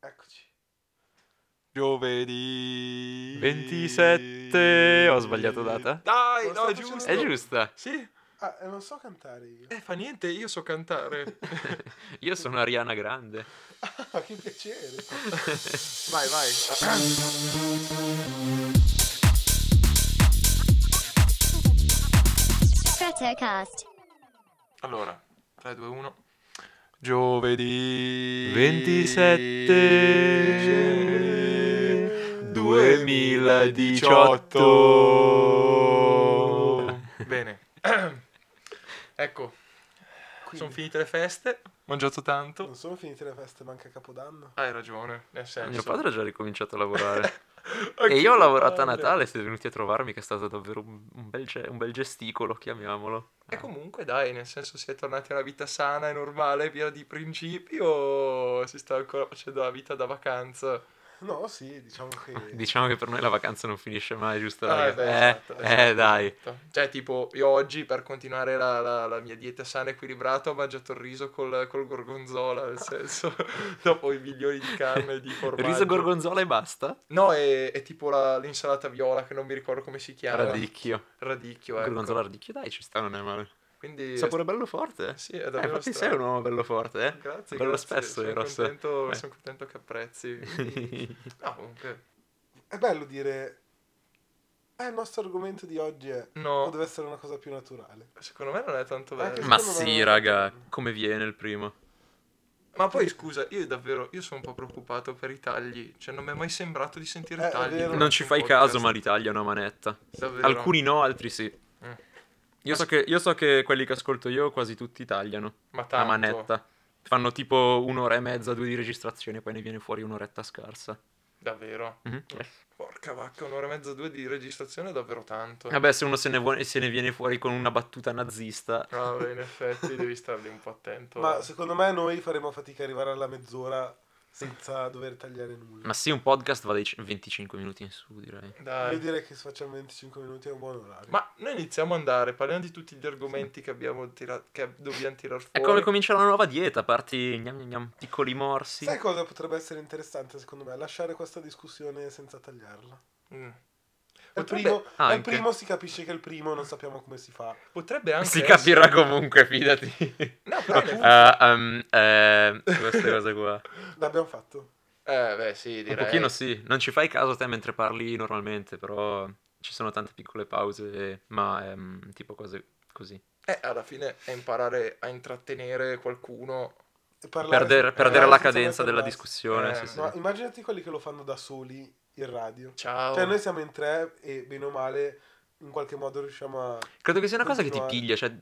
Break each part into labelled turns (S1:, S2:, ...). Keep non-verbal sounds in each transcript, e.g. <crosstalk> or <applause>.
S1: Eccoci. Giovedì
S2: 27, ho sbagliato data?
S1: Lo
S3: Dai, no,
S1: sto
S3: è
S1: facendo
S3: giusto.
S2: È giusta.
S3: Sì.
S1: Ah, e non so cantare <laughs> io.
S3: Eh, fa niente, io so cantare.
S2: Io sono Ariana Grande.
S1: Ah, che piacere.
S3: <laughs> vai, vai.
S4: Stratocast.
S3: Allora, 3, 2, 1. Giovedì
S2: 27
S3: 2018. Bene. <clears throat> ecco, sono
S1: Quindi,
S3: finite le feste, ho mangiato tanto.
S1: <laughs> non sono finite le feste, manca Capodanno.
S3: Hai ragione, nel senso.
S2: Mio padre ha già ricominciato a lavorare.
S3: <laughs> Ok,
S2: e io ho lavorato a
S3: padre.
S2: Natale, siete venuti a trovarmi che è stato davvero un un bel, ge- un bel gesticolo, chiamiamolo.
S3: E comunque dai, nel senso si è tornati a una vita sana e normale, piena di principi o si sta ancora facendo la vita da vacanza?
S1: No, sì, diciamo che...
S2: Diciamo che per noi la vacanza non finisce mai, giusto?
S3: Ah,
S2: ragazzi?
S3: beh,
S2: eh,
S3: esatto,
S2: eh,
S3: esatto,
S2: dai.
S3: esatto. Cioè, tipo, io oggi per continuare la, la- la mia dieta sana e equilibrata ho mangiato il riso col, col gorgonzola, nel senso, <laughs> dopo i milioni di carne e
S2: <laughs>
S3: di formaggio.
S2: Riso gorgonzola e basta?
S3: No, è, è tipo la- l'insalata viola che non mi ricordo come si chiama.
S2: Radicchio.
S3: Radicchio, ecco.
S2: Gorgonzola radicchio, dai, ci sta, non è male.
S3: Quindi...
S2: Sapore bello forte.
S3: Sì, è
S2: Eh,
S3: davvero
S2: infatti
S3: strano.
S2: sei un uomo bello forte, eh?
S3: <laughs> Grazie,
S2: bello
S3: grazie,
S2: spesso,
S3: sono
S2: Eros.
S3: contento,
S2: Eh.
S3: sono contento che apprezzi.
S2: <laughs>
S3: quindi- No, comunque...
S1: È bello dire... Eh, il nostro argomento di oggi è...
S3: No.
S1: o deve essere una cosa più naturale.
S3: Secondo me non è tanto
S1: Anche
S3: bello.
S1: se-
S2: Ma
S1: secondo me-
S2: sì, raga, come viene il primo?
S3: Ma poi scusa, io davvero, io sono un po' preoccupato per i tagli, cioè non mi è mai sembrato di
S1: Eh,
S3: sentire
S1: è
S3: tagli.
S1: vero.
S2: Non ci
S3: un
S2: fai
S3: podcast.
S2: caso, ma li taglia una manetta.
S3: Davvero.
S2: Alcuni no, altri sì.
S3: Mm.
S2: Io so, che, io so che quelli che ascolto io quasi tutti tagliano
S3: Ma
S2: la
S3: tanto.
S2: manetta. Fanno tipo un'ora e mezza, due di registrazione, poi ne viene fuori un'oretta scarsa.
S3: Davvero.
S2: Mhm.
S3: Porca vacca, un'ora e mezza, due di registrazione è davvero tanto.
S2: Vabbè, se uno se ne, vuole- se ne viene fuori con una battuta nazista.
S3: Ah, beh, in effetti devi starli un po' attento.
S1: Ma secondo me noi faremo fatica a arrivare alla mezz'ora senza dover tagliare nulla.
S2: Ma sì, un podcast va dai c- 25 minuti in su, direi.
S1: Io
S3: Dai.
S1: direi che se facciamo 25 minuti è un buon orario.
S3: Ma noi iniziamo ad andare, parliamo di tutti gli argomenti che abbiamo tirato, che dobbiamo tirar
S2: È
S3: fuori.
S2: come cominciare una nuova dieta, parti gnam, gnam, gnam, piccoli morsi.
S1: Sai cosa potrebbe essere interessante secondo me? Lasciare questa discussione senza tagliarla.
S3: Mm.
S1: Al
S3: Potrebbe-
S1: primo, al
S2: anche.
S1: primo si capisce che è il primo non sappiamo come si fa.
S3: Potrebbe anche
S2: Si
S3: essere-
S2: capirà
S3: <laughs>
S2: comunque, fidati.
S3: No, però...
S2: Ok, ah, ehm, eh, queste cose qua.
S1: L'abbiamo fatto.
S3: Eh, beh, sì, direi.
S2: Un pochino sì, non ci fai caso te mentre parli normalmente, però ci sono tante piccole pause, ma ehm, tipo cose così.
S3: Eh, alla fine è imparare a intrattenere qualcuno.
S1: E parlare-
S2: Perdere, perdere
S1: parlare
S2: la
S1: senza mai
S2: cadenza della
S1: fermarsi.
S2: discussione,
S3: Eh,
S2: sì, sì.
S1: No, immaginati quelli che lo fanno da soli in radio.
S2: Oh.
S3: Ciao.
S1: Cioè noi siamo in tre e bene o male in qualche modo riusciamo a...
S2: Credo che sia una cosa che ti
S1: continuare.
S2: piglia, cioè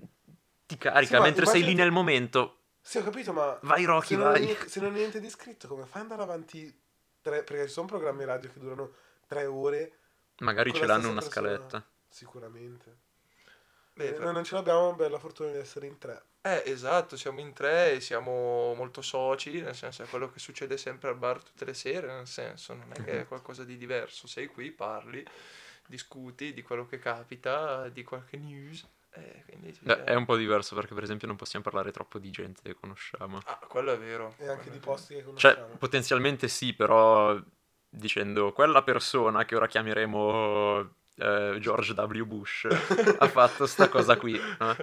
S2: ti carica,
S1: Sì, ma
S2: mentre sei lì
S1: immaginati-
S2: nel momento,
S1: Sì, ho capito, ma...
S2: vai
S1: se,
S2: Rocky,
S1: non è
S2: vai.
S1: niente, se non è niente di scritto, come fai ad andare avanti tre... Perché ci sono programmi radio che durano tre ore,
S2: Magari
S1: con
S2: ce
S1: la
S2: l'hanno una
S1: stessa persona.
S2: scaletta.
S1: sicuramente.
S3: Beh,
S1: Eh,
S3: tra-
S1: Noi non ce l'abbiamo, ma bella fortuna di essere in tre.
S3: Eh, esatto, siamo in tre e siamo molto soci, nel senso è quello che succede sempre al bar tutte le sere, nel senso non è che
S2: Mhm.
S3: è qualcosa di diverso, sei qui, parli, discuti di quello che capita, di qualche news, eh, quindi...
S2: Beh, è un po' diverso perché per esempio non possiamo parlare troppo di gente che conosciamo.
S3: Ah, quello è vero.
S1: E anche di posti che
S2: Cioè,
S1: conosciamo.
S2: potenzialmente sì, però dicendo quella persona che ora chiameremo eh, George W. Bush <laughs> ha fatto sta cosa qui,
S1: <laughs>
S2: no?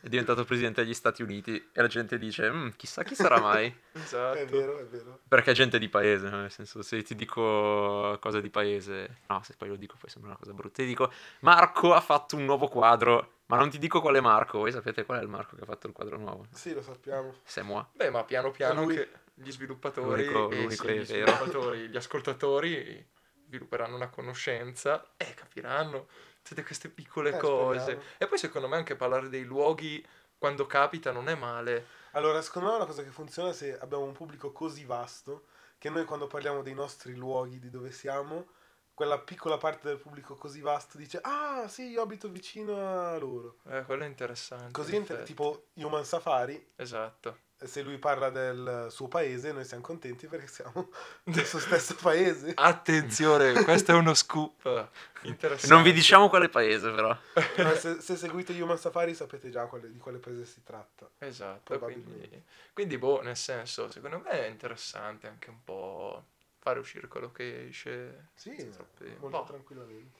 S2: è diventato presidente degli Stati Uniti e la gente dice, "Mm, chissà chi sarà mai,
S3: Esatto.
S1: È vero, è vero.
S2: perché è gente di paese, no? nel senso se ti dico cose di paese, no, se poi lo dico poi sembra una cosa brutta, ti dico Marco ha fatto un nuovo quadro, ma non ti dico quale Marco, voi sapete qual è il Marco che ha fatto il quadro nuovo?
S1: Sì, lo sappiamo.
S2: C'est moi.
S3: Beh, ma piano piano
S1: Lui-
S3: che gli sviluppatori,
S2: L'unico-
S3: eh,
S2: l'unico
S3: sì,
S2: è
S3: gli,
S2: vero.
S3: sviluppatori gli ascoltatori svilupperanno una conoscenza e capiranno tutte queste piccole
S1: Eh,
S3: cose.
S1: speriamo.
S3: E poi secondo me anche parlare dei luoghi quando capita non è male.
S1: Allora, secondo me è una cosa che funziona è se abbiamo un pubblico così vasto che noi quando parliamo dei nostri luoghi, di dove siamo, quella piccola parte del pubblico così vasto dice Ah, sì, io abito vicino a loro.
S3: Eh, quello è interessante.
S1: Così,
S3: in
S1: inter-
S3: effetti.
S1: tipo Human Safari,
S3: Esatto.
S1: se lui parla del suo paese, noi siamo contenti perché siamo del suo stesso paese.
S3: Attenzione, questo è
S1: <laughs>
S3: uno scoop interessante.
S2: Non vi diciamo quale paese, però.
S1: Ma se, se seguite Human Safari sapete già quale- di quale paese si tratta.
S3: Esatto,
S1: Probabilmente.
S3: quindi, quindi boh, nel senso, secondo me è interessante anche un po' fare uscire quello che esce.
S1: Sì,
S3: senza troppi-
S1: molto
S3: boh,
S1: tranquillamente.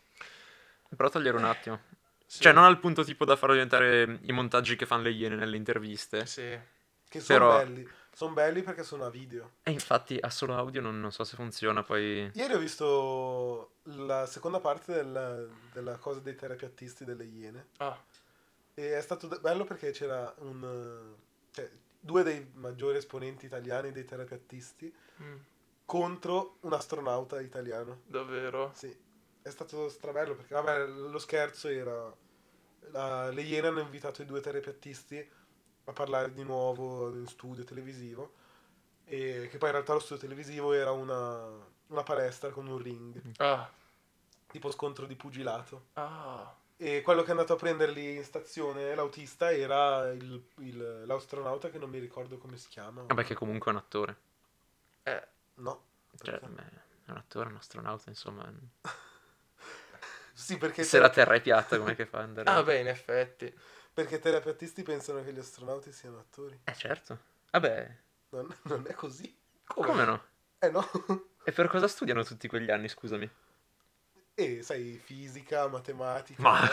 S2: Però togliere un attimo.
S3: sì,
S2: Cioè, non al punto tipo da far diventare i montaggi che fanno le iene nelle interviste.
S3: sì.
S1: Che sono
S2: Però-
S1: belli. Sono belli perché sono a video.
S2: E infatti a solo audio non, non so se funziona, poi...
S1: Ieri ho visto la seconda parte del- della cosa dei terapeutisti delle iene.
S3: Ah,
S1: E è stato de- bello perché c'era un... eh, Cioè, due dei maggiori esponenti italiani dei terapeutisti
S3: mm,
S1: contro un astronauta italiano.
S3: davvero?
S1: Sì, è stato strabello perché vabbè, lo scherzo era la- le Iene hanno invitato i due terapeutisti a parlare di nuovo in studio televisivo e che poi in realtà lo studio televisivo era una, una palestra con un ring,
S3: Ah,
S1: tipo scontro di pugilato.
S3: ah,
S1: E quello che è andato a prenderli in stazione, l'autista, era il- il- l'astronauta che non mi ricordo come si chiama.
S2: Vabbè che comunque è un attore.
S3: eh,
S1: No.
S2: Cioè,
S1: perché-
S2: beh, è un attore, un astronauta, insomma.
S1: Sì, perché,
S2: se la Terra è piatta, com'è che fa ad <laughs> andare?
S3: ah, beh, in effetti.
S1: perché i terapeutisti pensano che gli astronauti siano attori.
S2: Eh certo. Vabbè,
S1: Non- non è così.
S2: come, no?
S1: Eh no?
S2: E per cosa studiano tutti quegli anni, scusami?
S1: E sai, fisica, matematica.
S2: <laughs> Ma...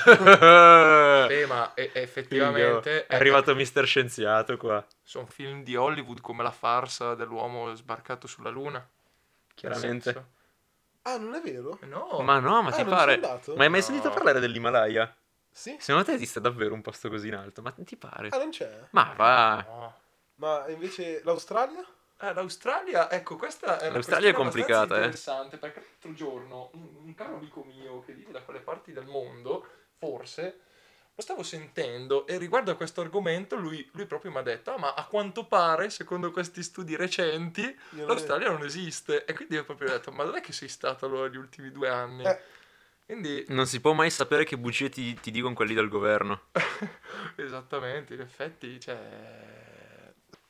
S3: Beh, Eh, ma e-
S2: Figlio,
S3: effettivamente
S2: è arrivato mister scienziato qua.
S3: sono film di Hollywood come la farsa dell'uomo sbarcato sulla luna. nel
S2: Chiaramente.
S3: senso.
S1: Ah, non è vero?
S3: No,
S2: Ma no, ma
S1: Ah,
S2: ti
S1: non
S2: pare...
S1: sono andato?
S2: Ma hai mai
S3: Oh. No.
S2: sentito parlare dell'Himalaya?
S1: Sì.
S2: Secondo te esiste davvero un posto così in alto? Ma ti pare?
S1: Ah, non c'è.
S2: Ma va.
S3: no.
S1: Ma invece l'Australia?
S3: Eh, L'Australia, ecco, questa è una
S2: L'Australia è
S3: questione abbastanza
S2: complicata, eh.
S3: interessante perché l'altro giorno un, un caro amico mio che vive da quelle parti del mondo, forse, lo stavo sentendo e riguardo a questo argomento lui, lui proprio mi ha detto, "Ah, ma a quanto pare, secondo questi studi recenti,
S1: Io non-
S3: l'Australia non esiste. E quindi ho proprio detto, ma dov'è che sei stato allora gli ultimi due anni?
S1: Eh.
S3: Quindi, <laughs>
S2: Non si può mai sapere che bugie ti, ti dicono quelli del governo.
S3: esattamente, in effetti, cioè...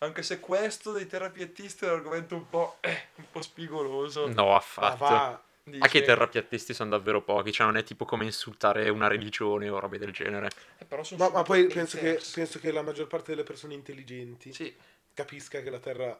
S3: Anche se questo dei terapiattisti è un argomento un po', eh, un po' spigoloso.
S2: No,
S1: Ma
S2: affatto.
S1: va.
S2: Ah, che i
S3: Dice-
S2: terrapiattisti sono davvero pochi, cioè non è tipo come insultare una religione o robe del genere.
S3: Eh, però sono
S1: Ma, ma
S3: subito
S1: poi penso che,
S3: perversi.
S1: penso che la maggior parte delle persone intelligenti
S3: Sì,
S1: capisca che la Terra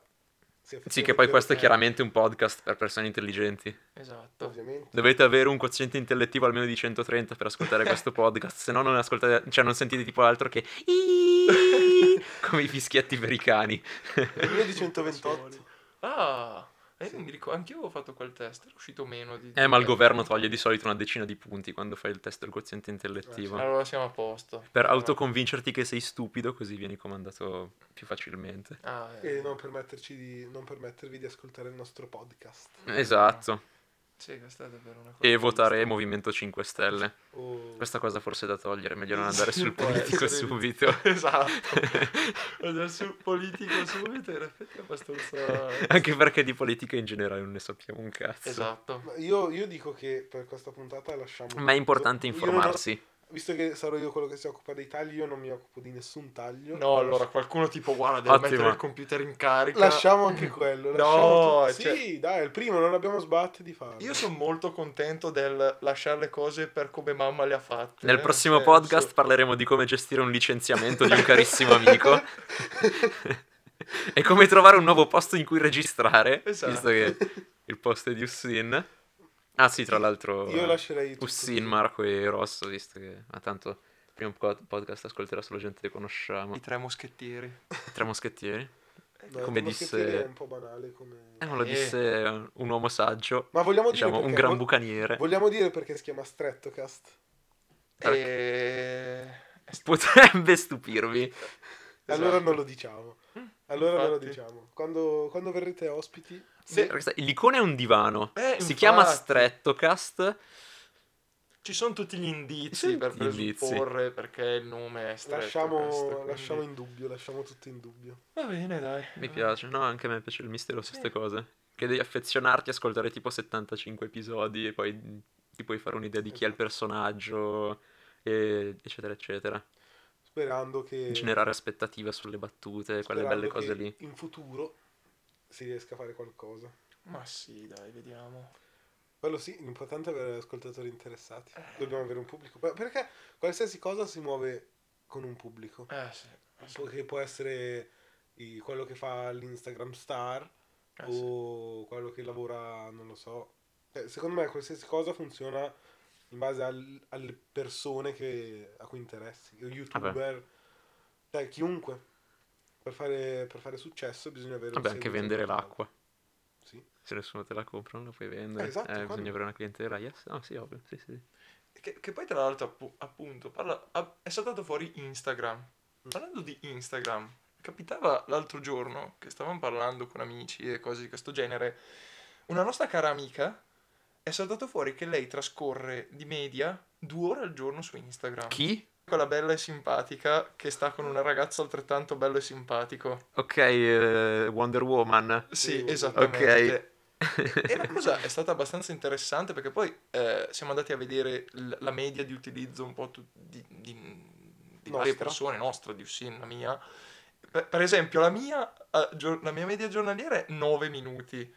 S1: sia
S2: Sì, che poi questo è
S1: effettivamente
S2: chiaramente un podcast per persone intelligenti.
S3: esatto.
S1: Ovviamente.
S2: Dovete avere un quoziente intellettivo almeno di 130 per ascoltare questo podcast, se no non ascoltate, cioè non sentite tipo altro che "Iiii", come i fischietti per i cani.
S1: Il mio è di 128.
S3: Ah, eh, io mi ricordo, anche io avevo fatto quel test, era uscito meno di...
S2: Eh, ma il governo toglie di solito una decina di punti quando fai il test del quoziente intellettivo.
S3: Allora siamo a posto.
S2: Per autoconvincerti che sei stupido, così vieni comandato più facilmente.
S3: Ah, eh.
S1: E non, permetterci di, non permettervi di ascoltare il nostro podcast.
S2: Esatto.
S3: Sì, questa è davvero una cosa...
S2: E votare Movimento 5 Stelle.
S1: O-
S2: Questa cosa forse è da togliere, meglio non andare
S3: Sì, <laughs>
S2: sul
S3: può
S2: politico
S3: essere. <laughs>
S2: subito. <laughs>
S3: Esatto. Andare sul politico subito in effetti è abbastanza...
S2: <laughs> Anche perché di politica in generale non ne sappiamo un cazzo.
S3: Esatto.
S1: Ma Io, io dico che per questa puntata lasciamo...
S2: Ma è importante
S1: Io non ho-
S2: informarsi.
S1: Visto che sarò io quello che si occupa dei tagli, io non mi occupo di nessun taglio.
S3: No, allora qualcuno tipo, guarda, devo
S2: Ottimo.
S3: mettere il computer in carica.
S1: Lasciamo anche quello.
S3: No,
S1: lasciamo tutto.
S3: cioè-
S1: Sì, dai, il primo non abbiamo sbatti di farlo.
S3: Io sono molto contento del lasciare le cose per come mamma le ha fatte.
S2: Nel
S3: eh,
S2: prossimo
S3: nel senso-
S2: podcast parleremo di come gestire un licenziamento di un carissimo
S1: <laughs>
S2: amico. e come trovare un nuovo posto in cui registrare.
S3: Esatto.
S2: Visto che il posto è di Ussin. Ah sì, tra l'altro...
S1: Io
S2: eh,
S1: lascerei tutto.
S2: Ussin, Marco e Rosso, visto che... Ma tanto il primo pod- podcast ascolterà solo gente che conosciamo.
S3: I tre moschettieri.
S2: Tre moschettieri.
S1: No,
S2: come
S1: il moschettiere
S2: disse-
S1: è un po' banale come-
S2: Eh, non lo
S3: Eh.
S2: disse un uomo saggio,
S1: Ma vogliamo dire
S2: diciamo un
S1: perché-
S2: gran
S1: vo-
S2: bucaniere.
S1: Vogliamo dire perché si chiama Strettocast?
S3: Ecco. E...
S2: Potrebbe stupirvi. Esatto.
S3: Esatto.
S1: Allora non lo diciamo. Allora non lo
S3: Infatti.
S1: diciamo. Quando, quando verrete ospiti,
S3: Sì.
S2: Perché sai, L'icona è un divano.
S3: Eh,
S2: si
S3: infatti.
S2: chiama Strettocast.
S3: Ci sono tutti gli indizi
S2: Sì,
S3: per
S2: gli indizi.
S3: presupporre perché il nome è stretto. questo,
S1: lasciamo,
S3: quindi-
S1: lasciamo in dubbio, lasciamo tutto in dubbio.
S3: Va bene, dai.
S2: Mi piace, no? Anche a me piace il mistero su queste cose. Che devi affezionarti, ascoltare tipo 75 episodi e poi ti puoi fare un'idea di chi è il personaggio, e- eccetera, eccetera.
S1: sperando che...
S2: generare aspettative sulle battute, quelle
S1: sperando
S2: belle cose
S1: che
S2: lì.
S1: In futuro si riesca a fare qualcosa.
S3: Ma sì, dai, vediamo.
S1: Quello sì, l'importante è avere ascoltatori interessati. Dobbiamo avere un pubblico. Per- Perché qualsiasi cosa si muove con un pubblico.
S3: Eh sì. eh sì,
S1: Po- Che può essere i- quello che fa l'Instagram star
S3: eh sì.
S1: Oh. o quello che lavora, non lo so. Eh, secondo me qualsiasi cosa funziona in base al- alle persone che- a cui interessi. O youtuber, cioè chiunque. Per fare, per fare successo bisogna avere un
S2: Vabbè, anche
S1: seguito
S2: vendere
S1: importante.
S2: l'acqua.
S1: Sì.
S2: Se nessuno te la compra, non la puoi vendere.
S1: Eh, esatto, Ah.
S2: Eh,
S1: quello.
S2: bisogna avere una clientela. Yes. No, sì, ovvio. Sì, sì.
S3: Che, che poi tra l'altro appu- appunto parla- a- è saltato fuori Instagram. Parlando di Instagram, capitava l'altro giorno che stavamo parlando con amici e cose di questo genere. Una nostra cara amica è saltato fuori che lei trascorre di media due ore al giorno su Instagram.
S2: Chi?
S3: Quella bella e simpatica che sta con una ragazza altrettanto bello e simpatico.
S2: Ok, eh, Wonder Woman.
S3: Sì,
S1: Sì,
S3: esattamente.
S1: <laughs>
S3: E la cosa è stata abbastanza interessante perché poi eh, siamo andati a vedere l- la media di utilizzo un po' tu- di, di- di varie
S1: Nostra.
S3: persone, nostra, di Ussin, la mia. Per, per esempio, la mia, eh, gio- la mia media giornaliera è 9 minuti.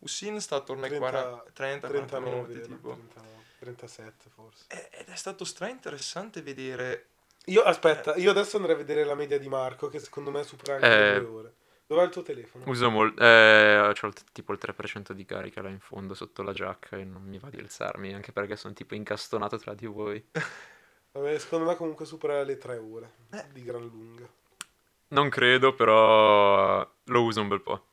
S3: Ussin sta attorno ai 40 30, 40 minuti.
S1: 39,
S3: tipo.
S1: 39, 37 forse.
S3: E- Ed è stato stra interessante vedere.
S1: Io aspetta, io adesso andrei a vedere la media di Marco che secondo me supera anche
S2: Eh.
S1: le due ore. Dov'è il tuo telefono?
S2: Uso molto. Eh, c'ho il t- tipo il 3% di carica là in fondo sotto la giacca e non mi va di alzarmi, anche perché sono tipo incastonato tra di voi.
S1: Vabbè, secondo me comunque supera le tre ore
S3: Eh.
S1: di gran lunga.
S2: Non credo, però lo uso un bel po'.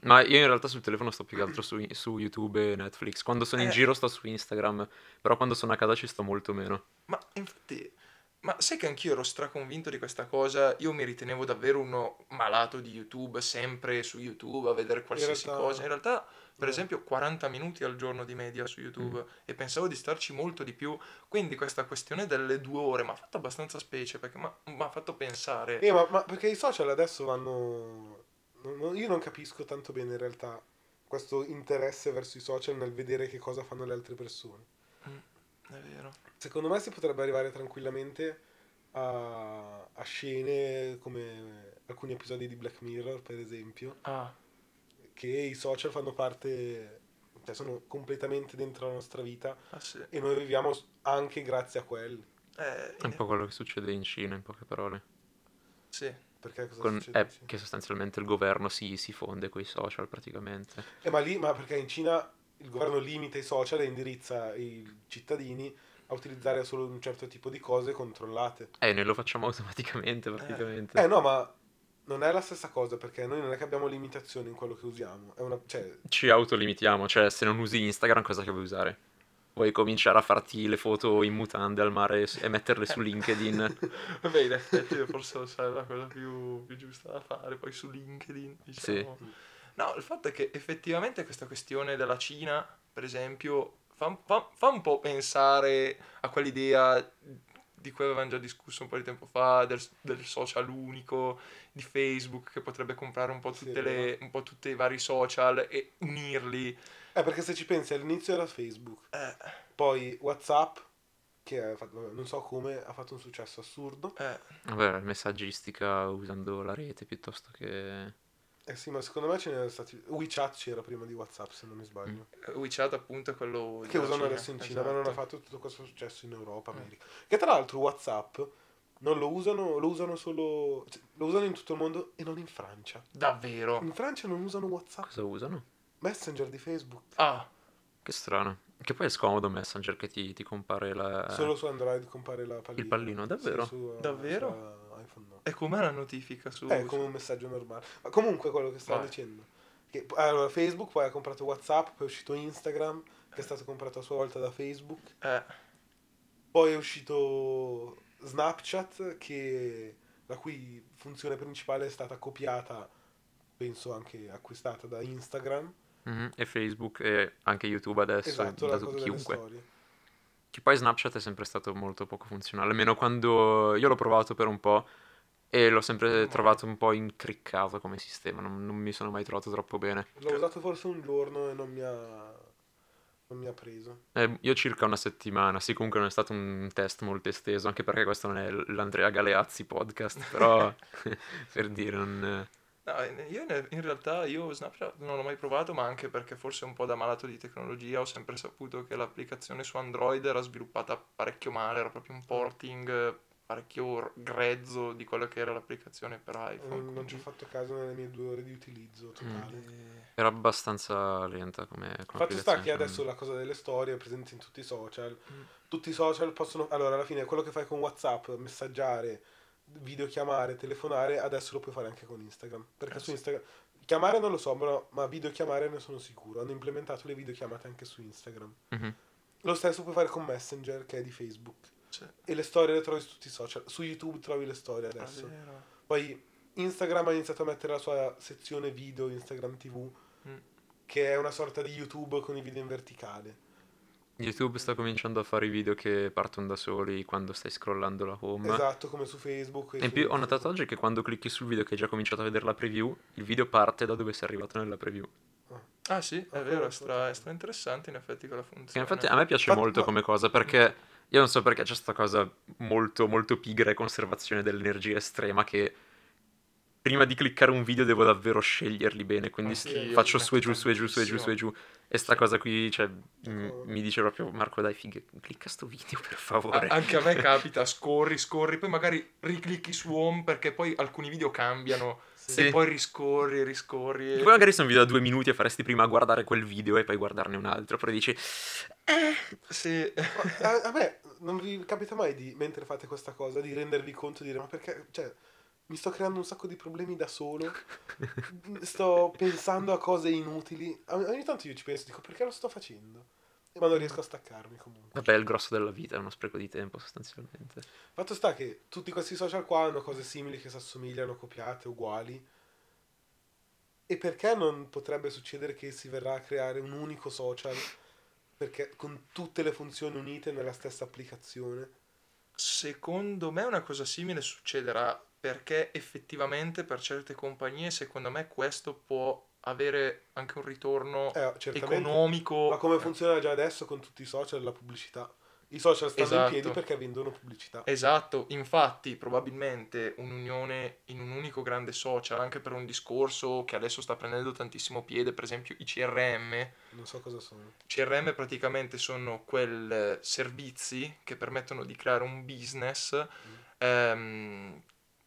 S2: Ma io in realtà sul telefono sto più che altro su, su YouTube e Netflix. Quando sono in
S3: Eh.
S2: giro sto su Instagram, però quando sono a casa ci sto molto meno.
S3: Ma infatti, ma sai che anch'io ero straconvinto di questa cosa? Io mi ritenevo davvero uno malato di YouTube, sempre su YouTube a vedere qualsiasi
S1: realtà-
S3: cosa. In realtà, per
S1: Eh.
S3: esempio, 40 minuti al giorno di media su YouTube e pensavo di starci molto di più. Quindi questa questione delle due ore mi ha fatto abbastanza specie perché mi ha- mi ha fatto pensare.
S1: Eh, ma, ma perché i social adesso vanno... non- non- io non capisco tanto bene in realtà questo interesse verso i social nel vedere che cosa fanno le altre persone.
S3: È vero.
S1: Secondo me si potrebbe arrivare tranquillamente a, a scene come alcuni episodi di Black Mirror, per esempio,
S3: Ah,
S1: che i social fanno parte, cioè sono completamente dentro la nostra vita
S3: ah sì.
S1: e noi viviamo s- anche grazie a quelli.
S3: Eh,
S2: È un po' quello che succede in Cina, in poche parole.
S3: sì.
S1: Perché cosa
S2: Con-
S1: succede?
S2: eh, che sostanzialmente il governo si, si fonde con i social praticamente.
S1: Eh, ma lì, ma perché in Cina il governo limita i social e indirizza i cittadini a utilizzare solo un certo tipo di cose controllate.
S2: Eh, noi lo facciamo automaticamente praticamente.
S1: Eh no, ma non è la stessa cosa perché noi non è che abbiamo limitazioni in quello che usiamo. È una, cioè,
S2: Ci autolimitiamo, cioè se non usi Instagram cosa che vuoi usare? Vuoi cominciare a farti le foto in mutande al mare e s- e metterle
S1: <laughs>
S2: su LinkedIn?
S3: Vabbè, in effetti forse sarà la cosa più, più giusta da fare, poi su LinkedIn, diciamo. No, il fatto è che effettivamente questa questione della Cina, per esempio, fa, fa- fa un po' pensare a quell'idea di cui avevamo già discusso un po' di tempo fa, del, del social unico, di Facebook, che potrebbe comprare un po'
S1: Sì,
S3: tutte
S1: è
S3: le, un po' tutti i vari social e unirli.
S1: Eh, perché se ci pensi all'inizio era Facebook,
S3: Eh,
S1: poi WhatsApp, che ha fatto- vabbè, non so come, ha fatto un successo assurdo.
S3: eh,
S2: Vabbè, messaggistica usando la rete piuttosto che...
S1: Eh sì, ma secondo me ce n'erano stati... WeChat c'era prima di WhatsApp, se non mi sbaglio.
S3: WeChat appunto è quello...
S1: che
S3: della
S1: usano
S3: Cina,
S1: adesso in Cina, ma non
S3: esatto.
S1: ha fatto tutto questo successo in Europa, America. Che tra l'altro WhatsApp non lo usano, lo usano solo cioè, lo usano in tutto il mondo e non in Francia.
S3: Davvero?
S1: In Francia non usano WhatsApp,
S2: Cosa usano?
S1: Messenger di Facebook,
S3: Ah,
S2: Che strano. Che poi è scomodo Messenger che ti, ti compare la...
S1: solo su Android compare la pallina.
S2: Il pallino, davvero?
S1: Sì, su, eh,
S3: Eh. Davvero?
S1: su iPhone no.
S3: è com'è la notifica su...
S1: È come un messaggio normale. Ma comunque quello che stavo
S3: Vai.
S1: dicendo che allora, Facebook poi ha comprato WhatsApp, poi è uscito Instagram, che è stato comprato a sua volta da Facebook.
S3: Eh,
S1: Poi è uscito Snapchat, che, la cui funzione principale è stata copiata, penso anche acquistata da Instagram.
S2: Mhm, E Facebook e anche YouTube adesso,
S1: Esatto, la
S2: da tu-
S1: cosa delle
S2: chiunque.
S1: storie.
S2: Che poi Snapchat è sempre stato molto poco funzionale, almeno quando io l'ho provato per un po' e l'ho sempre trovato un po' incriccato come sistema, non, non mi sono mai trovato troppo bene.
S1: L'ho usato forse un giorno e non mi ha... non mi ha preso.
S2: Eh, io circa una settimana, sì, comunque non è stato un test molto esteso, anche perché questo non è l- l'Andrea Galeazzi
S1: <laughs>
S2: podcast, però <laughs> per dire, non... eh,
S3: No, io ne- in realtà io Snapchat non l'ho mai provato, ma anche perché forse un po' da malato di tecnologia ho sempre saputo che l'applicazione su Android era sviluppata parecchio male, era proprio un
S1: Mm.
S3: porting eh, parecchio r- grezzo di quella che era l'applicazione per iPhone. eh,
S1: Non, Mm, non ci ho fatto caso nelle mie due ore di utilizzo
S2: Mm.
S1: totale.
S3: quindi-
S2: era abbastanza lenta come... come
S1: Fatto sta
S2: applicazione,
S1: che adesso
S2: quindi-
S1: la cosa delle storie è presente in tutti i social.
S3: Mm.
S1: Tutti i social possono. Allora, alla fine, quello che fai con WhatsApp, messaggiare, videochiamare, telefonare, adesso lo puoi fare anche con Instagram. Perché
S3: Eh,
S1: su
S3: sì.
S1: Instagram. Chiamare non lo so, ma, ma videochiamare ne sono sicuro. Hanno implementato le videochiamate anche su Instagram.
S2: Mhm.
S1: Lo stesso puoi fare con Messenger, che è di Facebook.
S3: Cioè,
S1: E le storie le trovi su tutti i social. Su YouTube trovi le
S3: Ah,
S1: storie adesso.
S3: davvero.
S1: Poi Instagram ha iniziato a mettere la sua sezione video, Instagram TV,
S3: Mm.
S1: che è una sorta di YouTube con i video in verticale.
S2: YouTube sta cominciando a fare i video che partono da soli quando stai scrollando la home.
S1: Esatto, come su Facebook.
S2: E in
S1: su-
S2: più ho notato oggi che quando clicchi sul video che hai già cominciato a vedere la preview, il video parte da dove sei arrivato nella preview.
S3: Ah sì, è
S1: Ah,
S3: vero,
S1: quello
S3: è stra,
S1: forse.
S3: è stra interessante in effetti quella
S2: Che
S3: funzione.
S2: infatti a me piace
S1: Infatti,
S2: molto
S1: ma-
S2: come cosa perché io non so perché c'è sta cosa molto molto pigra e conservazione dell'energia estrema che prima di cliccare un video devo davvero sceglierli bene, quindi
S1: Anch'io,
S2: faccio
S3: Eh mi
S2: su e giù, su e giù, su e giù, su e giù. E sta cosa qui, cioè, m-
S1: D'accordo.
S2: mi dice proprio Marco dai fighe, clicca sto video per
S3: A-
S2: favore.
S3: anche a
S2: <laughs>
S3: me capita, scorri, scorri, poi magari riclicchi su home perché poi alcuni video cambiano
S2: Sì.
S3: e poi riscorri, riscorri.
S2: Poi
S3: e-
S2: magari sono video da due minuti e faresti prima guardare quel video e poi guardarne un altro, però dici "Eh."
S3: Sì.
S1: Ma Oh, a, a me non vi capita mai di, mentre fate questa cosa, di rendervi conto di dire, ma perché, cioè, mi sto creando un sacco di problemi da solo, sto pensando a cose inutili. O- Ogni tanto io ci penso, dico, perché lo sto facendo? Ma non riesco a staccarmi comunque.
S2: Vabbè, è il grosso della vita, è uno spreco di tempo sostanzialmente.
S1: Fatto sta che tutti questi social qua hanno cose simili che si assomigliano, copiate, uguali. E perché non potrebbe succedere che si verrà a creare un unico social perché con tutte le funzioni unite nella stessa applicazione?
S3: Secondo me una cosa simile succederà perché effettivamente per certe compagnie, secondo me, questo può avere anche un ritorno
S1: Eh, certamente.
S3: economico.
S1: Ma come funziona già adesso con tutti i social la pubblicità? I social stanno
S3: Esatto.
S1: in piedi perché vendono pubblicità.
S3: Esatto, infatti probabilmente un'unione in un unico grande social, anche per un discorso che adesso sta prendendo tantissimo piede, per esempio i CRM,
S1: Non so cosa sono.
S3: CRM praticamente sono quel eh, servizi che permettono di creare un business ehm,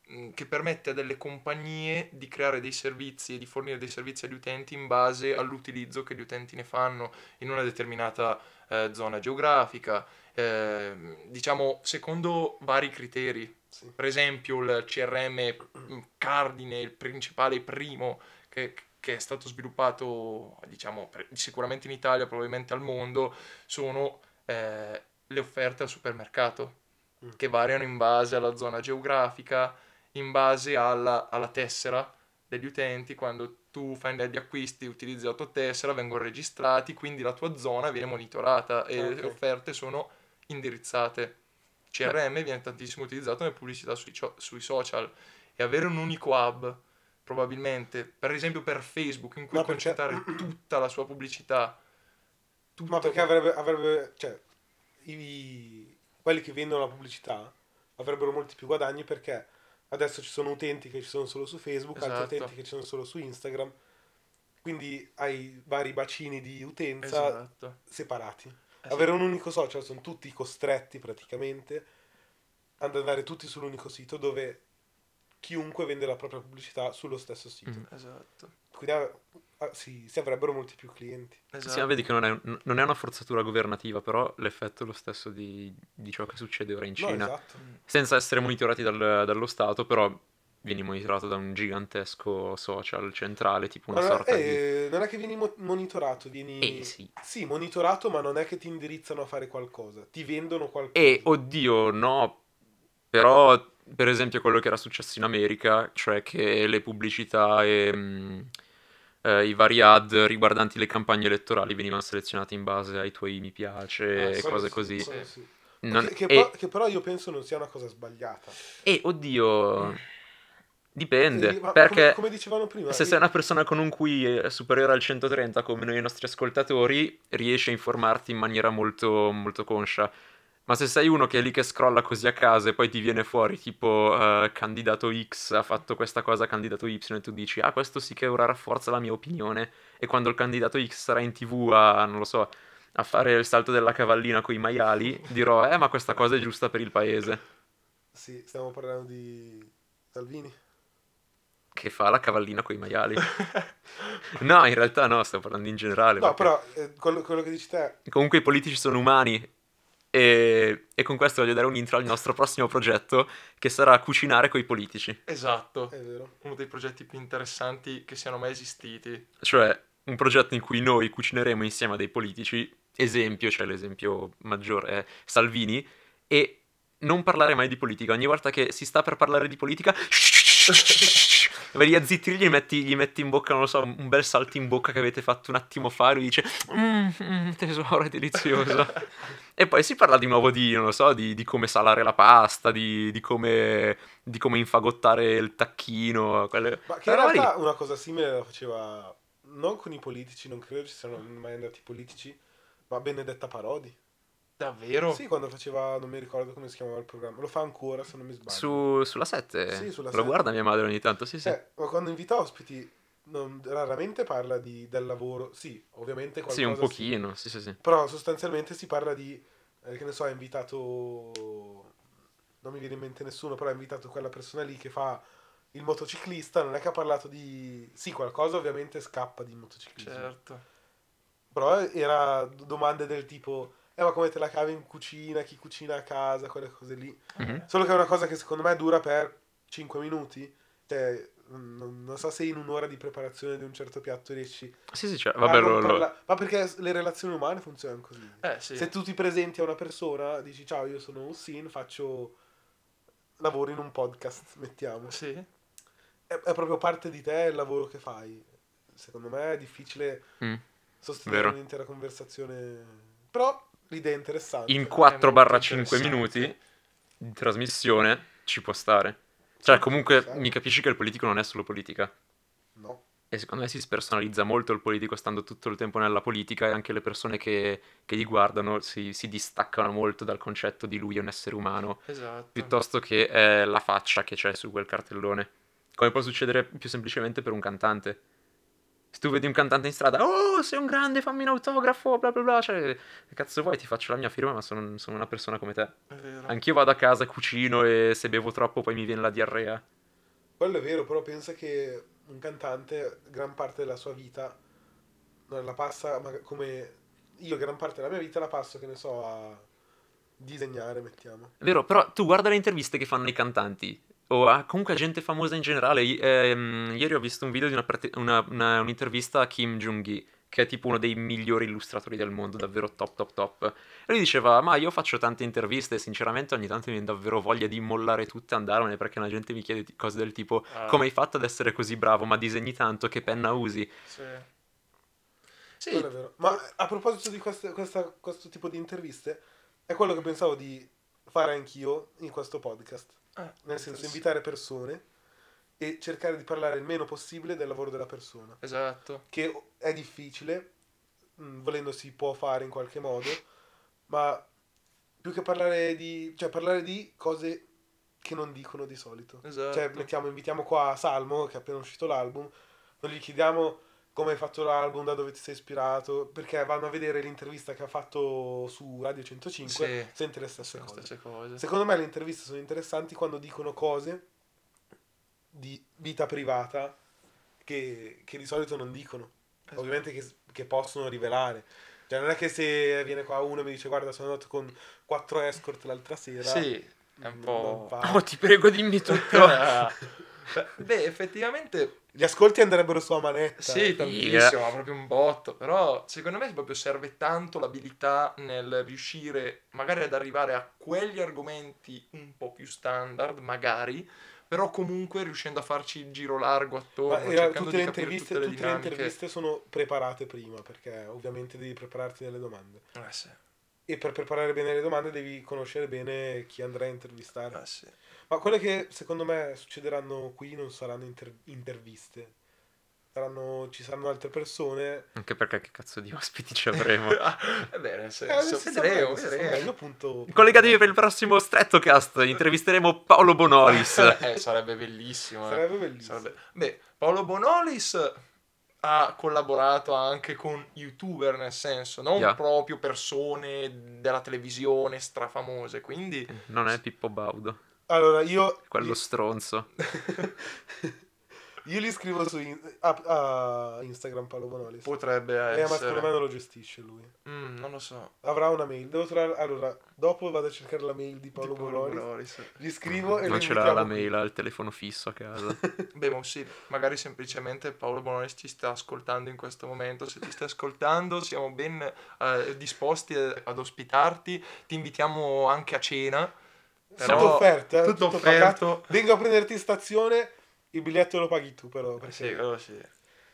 S3: mm, che permette a delle compagnie di creare dei servizi e di fornire dei servizi agli utenti in base all'utilizzo che gli utenti ne fanno in una determinata eh, zona geografica, ehm, diciamo secondo vari criteri.
S1: Sì.
S3: Per esempio il CRM mm, cardine, il principale, il primo che, che è stato sviluppato, diciamo, per- sicuramente in Italia, probabilmente al mondo, sono eh, le offerte al supermercato,
S1: Mm.
S3: che variano in base alla zona geografica, in base alla, alla tessera degli utenti, quando tu fai degli acquisti, utilizzi la tua tessera, vengono registrati, quindi la tua zona viene monitorata e
S1: Ah,
S3: le
S1: ok.
S3: offerte sono indirizzate. CRM viene tantissimo utilizzato nelle pubblicità sui, cio- sui social e avere un unico hub, probabilmente, per esempio per Facebook, in cui
S1: Ma perché-
S3: concentrare tutta la sua pubblicità. tutto-
S1: Ma perché avrebbe, avrebbe cioè, i- quelli che vendono la pubblicità avrebbero molti più guadagni perché adesso ci sono utenti che ci sono solo su Facebook, altri
S3: Esatto.
S1: utenti che ci sono solo su Instagram. Quindi hai vari bacini di utenza
S3: Esatto.
S1: separati.
S3: Eh sì.
S1: Avere un unico social sono tutti costretti praticamente ad andare tutti sull'unico sito dove chiunque vende la propria pubblicità sullo stesso sito.
S2: Mm.
S3: Esatto.
S1: Quindi ah, ah, sì, si avrebbero molti più clienti.
S3: esatto.
S2: Sì, ma vedi che non è, un- non è una forzatura governativa, però l'effetto è lo stesso di, di ciò che succede ora in
S1: No,
S2: Cina.
S1: esatto.
S2: Senza essere monitorati dal- dallo Stato, però vieni monitorato da un gigantesco social centrale, tipo una
S1: Ma non,
S2: sorta di...
S1: eh, non è che vieni mo- monitorato, vieni...
S2: Eh, sì.
S1: Sì, monitorato, ma non è che ti indirizzano a fare qualcosa, ti vendono qualcosa.
S2: E, oddio, no, però, per esempio, quello che era successo in America, cioè che le pubblicità e mm, eh, i vari ad riguardanti le campagne elettorali venivano selezionati in base ai tuoi mi piace
S1: Ah,
S2: e
S1: quello
S2: eh, cose
S1: sì,
S2: così.
S1: quello sì.
S2: Non-
S1: Che, che
S2: e-
S1: po- che però io penso non sia una cosa sbagliata.
S2: E oddio, Dipende,
S1: Sì, ma
S2: perché
S1: come, come dicevamo prima,
S2: se
S1: io-
S2: sei una persona con un QI superiore al 130 come noi i nostri ascoltatori, riesci a informarti in maniera molto, molto conscia. Ma se sei uno che è lì che scrolla così a caso e poi ti viene fuori tipo eh, candidato X ha fatto questa cosa, candidato Y, e tu dici ah questo sì che ora rafforza la mia opinione e quando il candidato X sarà in tv a, non lo so, a fare il salto della cavallina con i maiali, dirò eh ma questa cosa è giusta per il paese.
S1: Sì, stiamo parlando di Salvini.
S2: Che fa la cavallina con i maiali. No, in realtà no, sto parlando in generale.
S1: No,
S2: perché
S1: però eh, quello, quello che dici te,
S2: Comunque i politici sono umani. E, e con questo voglio dare un intro al nostro prossimo progetto, che sarà cucinare coi politici.
S3: <laughs> Esatto,
S1: è vero.
S3: uno dei progetti più interessanti che siano mai esistiti.
S2: <laughs> Cioè, un progetto in cui noi cucineremo insieme a dei politici. Esempio, cioè l'esempio maggiore è Salvini. E non parlare mai di politica. Ogni volta che si sta per parlare di politica... Vedi a zitti, gli metti, gli metti in bocca, non lo so, un bel salto in bocca che avete fatto un attimo fa e lui dice "Mm, mm, tesoro, è delizioso. E poi si parla di nuovo di, non lo so, di, di come salare la pasta, di, di come, di come infagottare il tacchino. Quelle...
S1: Ma che in
S2: quella roba lì.
S1: realtà una cosa simile la faceva non con i politici, non credo ci siano mai andati i politici, ma Benedetta Parodi.
S3: Davvero?
S1: Sì, quando faceva, non mi ricordo come si chiamava il programma, lo fa ancora se non mi sbaglio.
S2: Su- sulla 7?
S1: Sì, sulla
S2: Lo
S1: sette.
S2: guarda mia madre ogni tanto, sì, sì.
S1: Eh, ma quando invita ospiti non- raramente parla di, del lavoro, sì, ovviamente qualcosa
S2: sì, un
S1: sì.
S2: pochino, sì, sì, sì.
S1: Però sostanzialmente si parla di, eh, che ne so, ha invitato, non mi viene in mente nessuno, però ha invitato quella persona lì che fa il motociclista, non è che ha parlato di... Sì, qualcosa ovviamente scappa di motociclismo.
S3: Certo.
S1: Però era domande del tipo, eh ma come te la cavi in cucina, chi cucina a casa, quelle cose lì.
S2: Mhm.
S1: Solo che è una cosa che secondo me dura per 5 minuti, cioè non, non so se in un'ora di preparazione di un certo piatto riesci...
S2: Sì, sì, cioè,
S1: a
S2: vabbè,
S1: Ah, non
S2: lo- lo-
S1: parla- Ma perché le relazioni umane funzionano così.
S3: Eh sì.
S1: Se tu ti presenti a una persona, dici ciao, io sono Hussein, faccio lavoro in un podcast, mettiamo.
S3: Sì.
S1: È, è proprio parte di te il lavoro che fai. Secondo me è difficile
S2: Mm.
S1: sostenere
S2: Vero.
S1: un'intera conversazione. Però l'idea è interessante.
S2: in
S3: molto
S2: 4-5
S3: interessante.
S2: minuti di trasmissione ci può stare. Cioè, comunque,
S1: stare.
S2: mi capisci che il politico non è solo politica.
S1: No.
S2: E secondo me si spersonalizza molto il politico stando tutto il tempo nella politica e anche le persone che, che gli guardano si, si distaccano molto dal concetto di lui è un essere umano,
S3: Esatto.
S2: piuttosto che è la faccia che c'è su quel cartellone. Come può succedere più semplicemente per un cantante. Se tu vedi un cantante in strada, oh, sei un grande, fammi un autografo, bla bla bla, cioè, che cazzo vuoi, ti faccio la mia firma, ma sono, sono una persona come te.
S3: È vero.
S2: Anch'io vado a casa, cucino e se bevo troppo poi mi viene la diarrea.
S1: Quello è vero, però pensa che un cantante, gran parte della sua vita, non la passa ma come... Io gran parte della mia vita la passo, che ne so, a disegnare, mettiamo.
S2: Vero, però tu guarda le interviste che fanno i cantanti o a- comunque a gente famosa in generale. I- ehm, ieri ho visto un video di una parte- una- una- un'intervista a Kim Jong-gi, che è tipo uno dei migliori illustratori del mondo, davvero top top top. E lui diceva, ma io faccio tante interviste e sinceramente ogni tanto mi viene davvero voglia di mollare tutte e andarmene perché la gente mi chiede ti- cose del tipo,
S3: Ah.
S2: come hai fatto ad essere così bravo, ma disegni tanto, che penna usi?
S3: Sì. Sì,
S1: Quello è vero. Ma a proposito di queste- questa- questo tipo di interviste, è quello che pensavo di fare anch'io in questo podcast.
S3: eh,
S1: Nel senso,
S3: sì.
S1: invitare persone e cercare di parlare il meno possibile del lavoro della persona.
S3: Esatto.
S1: Che è difficile, mh, volendo si può fare in qualche modo, ma più che parlare di, cioè parlare di cose che non dicono di solito.
S3: Esatto.
S1: Cioè, mettiamo, invitiamo qua Salmo, che è appena uscito l'album, non gli chiediamo come hai fatto l'album, da dove ti sei ispirato, perché vanno a vedere l'intervista che ha fatto su Radio 105,
S3: Sì.
S1: sente le stesse
S3: Sono
S1: cose.
S3: queste cose.
S1: Secondo me le interviste sono interessanti quando dicono cose di vita privata che, che di solito non dicono,
S3: Esatto.
S1: ovviamente che, che possono rivelare. Cioè, non è che se viene qua uno e mi dice guarda sono andato con quattro escort l'altra sera.
S3: Sì, è un
S1: non
S3: po'...
S1: va.
S2: Oh, ti prego, dimmi tutto.
S3: Ah. Beh, effettivamente
S1: Gli ascolti andrebbero su a manetta. eh,
S3: sì, tantissimo, ma proprio un botto, però secondo me proprio serve tanto l'abilità nel riuscire magari ad arrivare a quegli argomenti un po' più standard, magari, però comunque riuscendo a farci il giro largo attorno,
S1: Ma in realtà
S3: cercando
S1: tutte,
S3: di
S1: le
S3: capire
S1: interviste,
S3: tutte le
S1: tutte le
S3: dinamiche.
S1: interviste sono preparate prima, perché ovviamente devi prepararti delle domande.
S3: Eh sì,
S1: E per preparare bene le domande devi conoscere bene chi andrai a intervistare.
S3: eh sì.
S1: Ma quelle che secondo me succederanno qui non saranno inter- interviste. Saranno- ci saranno altre persone.
S2: <laughs> Anche perché che cazzo di ospiti ci <laughs> avremo?
S3: <laughs> Eh beh, nel
S1: Eh,
S3: senso,
S1: si saprà,
S3: vedremo,
S1: si saprà meglio,
S3: vedremo.
S1: appunto.
S2: Collegatevi per il prossimo Strettocast, intervisteremo Paolo Bonolis.
S3: Eh, sarebbe bellissimo. eh.
S1: Sarebbe bellissimo.
S3: Sarebbe- Beh, Paolo Bonolis ha collaborato anche con youtuber, nel senso, non
S2: Yeah.
S3: proprio persone della televisione strafamose, quindi...
S2: Non è Pippo Baudo,
S1: Allora, io,
S2: quello stronzo.
S1: <laughs> io li scrivo su in- a, a Instagram Paolo Bonolis.
S3: Potrebbe
S1: Eh, ma secondo me
S3: essere...
S1: non lo gestisce lui.
S3: Mm, non lo so.
S1: Avrà una mail. Devo trovare... Allora, dopo vado a cercare la mail di
S3: Di
S1: Paolo,
S3: Paolo
S1: Bonolis.
S3: Bonolis.
S1: Gli scrivo e
S2: Non
S1: lo
S2: ce l'ha la
S1: invitiamo qui.
S2: mail, ha il telefono fisso a casa.
S1: <laughs>
S3: Beh, ma sì, magari semplicemente Paolo Bonolis ci sta ascoltando in questo momento. Se ti stai ascoltando, siamo ben eh, disposti eh, ad ospitarti. Ti invitiamo anche a cena.
S1: Tutto
S3: Però-
S1: offerto, eh,
S3: tutto
S1: tutto
S3: offerto.
S1: Vengo a prenderti in stazione, il biglietto lo paghi tu però. Perché...
S3: Sì, quello sì.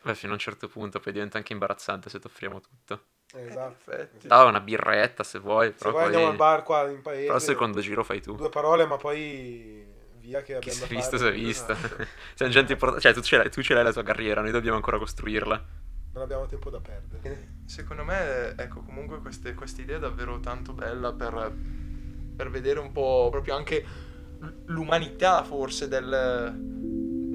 S2: Beh, fino a un certo punto poi diventa anche imbarazzante se ti offriamo tutto.
S1: Eh, esatto.
S3: Perfetto.
S2: Ah, una birretta se vuoi,
S1: Se
S2: però
S1: poi
S2: poi...
S1: andiamo al bar qua in paese,
S2: Però al secondo giro fai tu.
S1: due parole, ma poi via che
S2: Chi
S1: abbiamo
S2: si
S1: da
S2: è visto, si
S1: fare.
S2: è visto.
S3: Esatto.
S2: <laughs> Siamo gente importante. Cioè, tu ce, l'hai, tu ce l'hai la tua carriera, noi dobbiamo ancora costruirla.
S1: Non abbiamo tempo da perdere.
S3: Secondo me, ecco, comunque queste- questa idea è davvero tanto bella per, per vedere un po' proprio anche l- l'umanità forse del-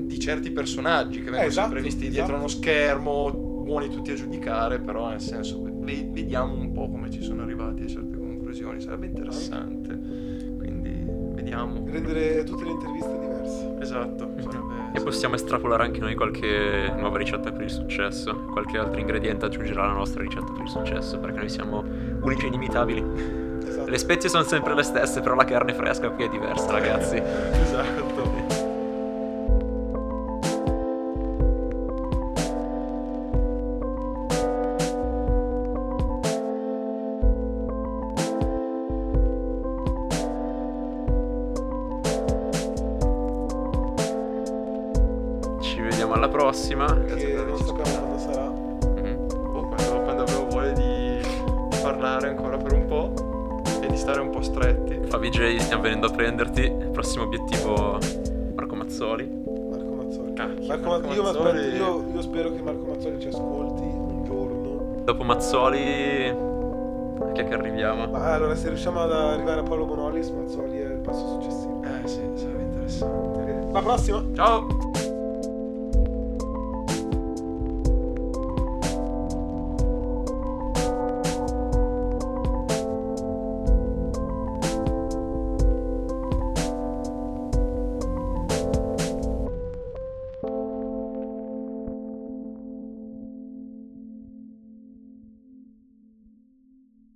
S3: di certi personaggi che vengono
S1: esatto,
S3: sempre visti
S1: esatto.
S3: dietro uno schermo, buoni tutti a giudicare, però nel senso ve- vediamo un po' come ci sono arrivati a certe conclusioni, sarebbe interessante. Quindi vediamo.
S1: Rendere tutte le interviste diverse.
S3: Esatto, sarebbe...
S2: E possiamo estrapolare anche noi qualche nuova ricetta per il successo. Qualche altro ingrediente aggiungerà alla nostra ricetta per il successo, perché noi siamo unici e inimitabili.
S1: Esatto.
S2: Le spezie sono sempre le stesse, però la carne fresca qui è diversa,
S3: <laughs>
S2: ragazzi.
S3: esatto.
S2: Ci vediamo alla prossima.
S1: Che non sappiamo quando sarà.
S2: Mm.
S3: o quando, quando avevo voglia di, di parlare ancora per un po' e di stare un po' stretti.
S2: Fabi J, stiamo venendo a prenderti. Prossimo obiettivo, Marco Mazzoli.
S1: Marco Mazzoli.
S3: Cacchio,
S1: Marco
S3: Marco
S1: Ma- io, mi
S3: Mazzoli-
S1: aspetto- io- io spero che Marco Mazzoli ci ascolti un giorno.
S2: Dopo Mazzoli, a chi è che arriviamo?
S1: Ma allora, se riusciamo ad arrivare a Paolo Bonolis, Mazzoli è il passo successivo.
S3: Eh sì, sarebbe interessante.
S1: La prossima!
S3: Ciao!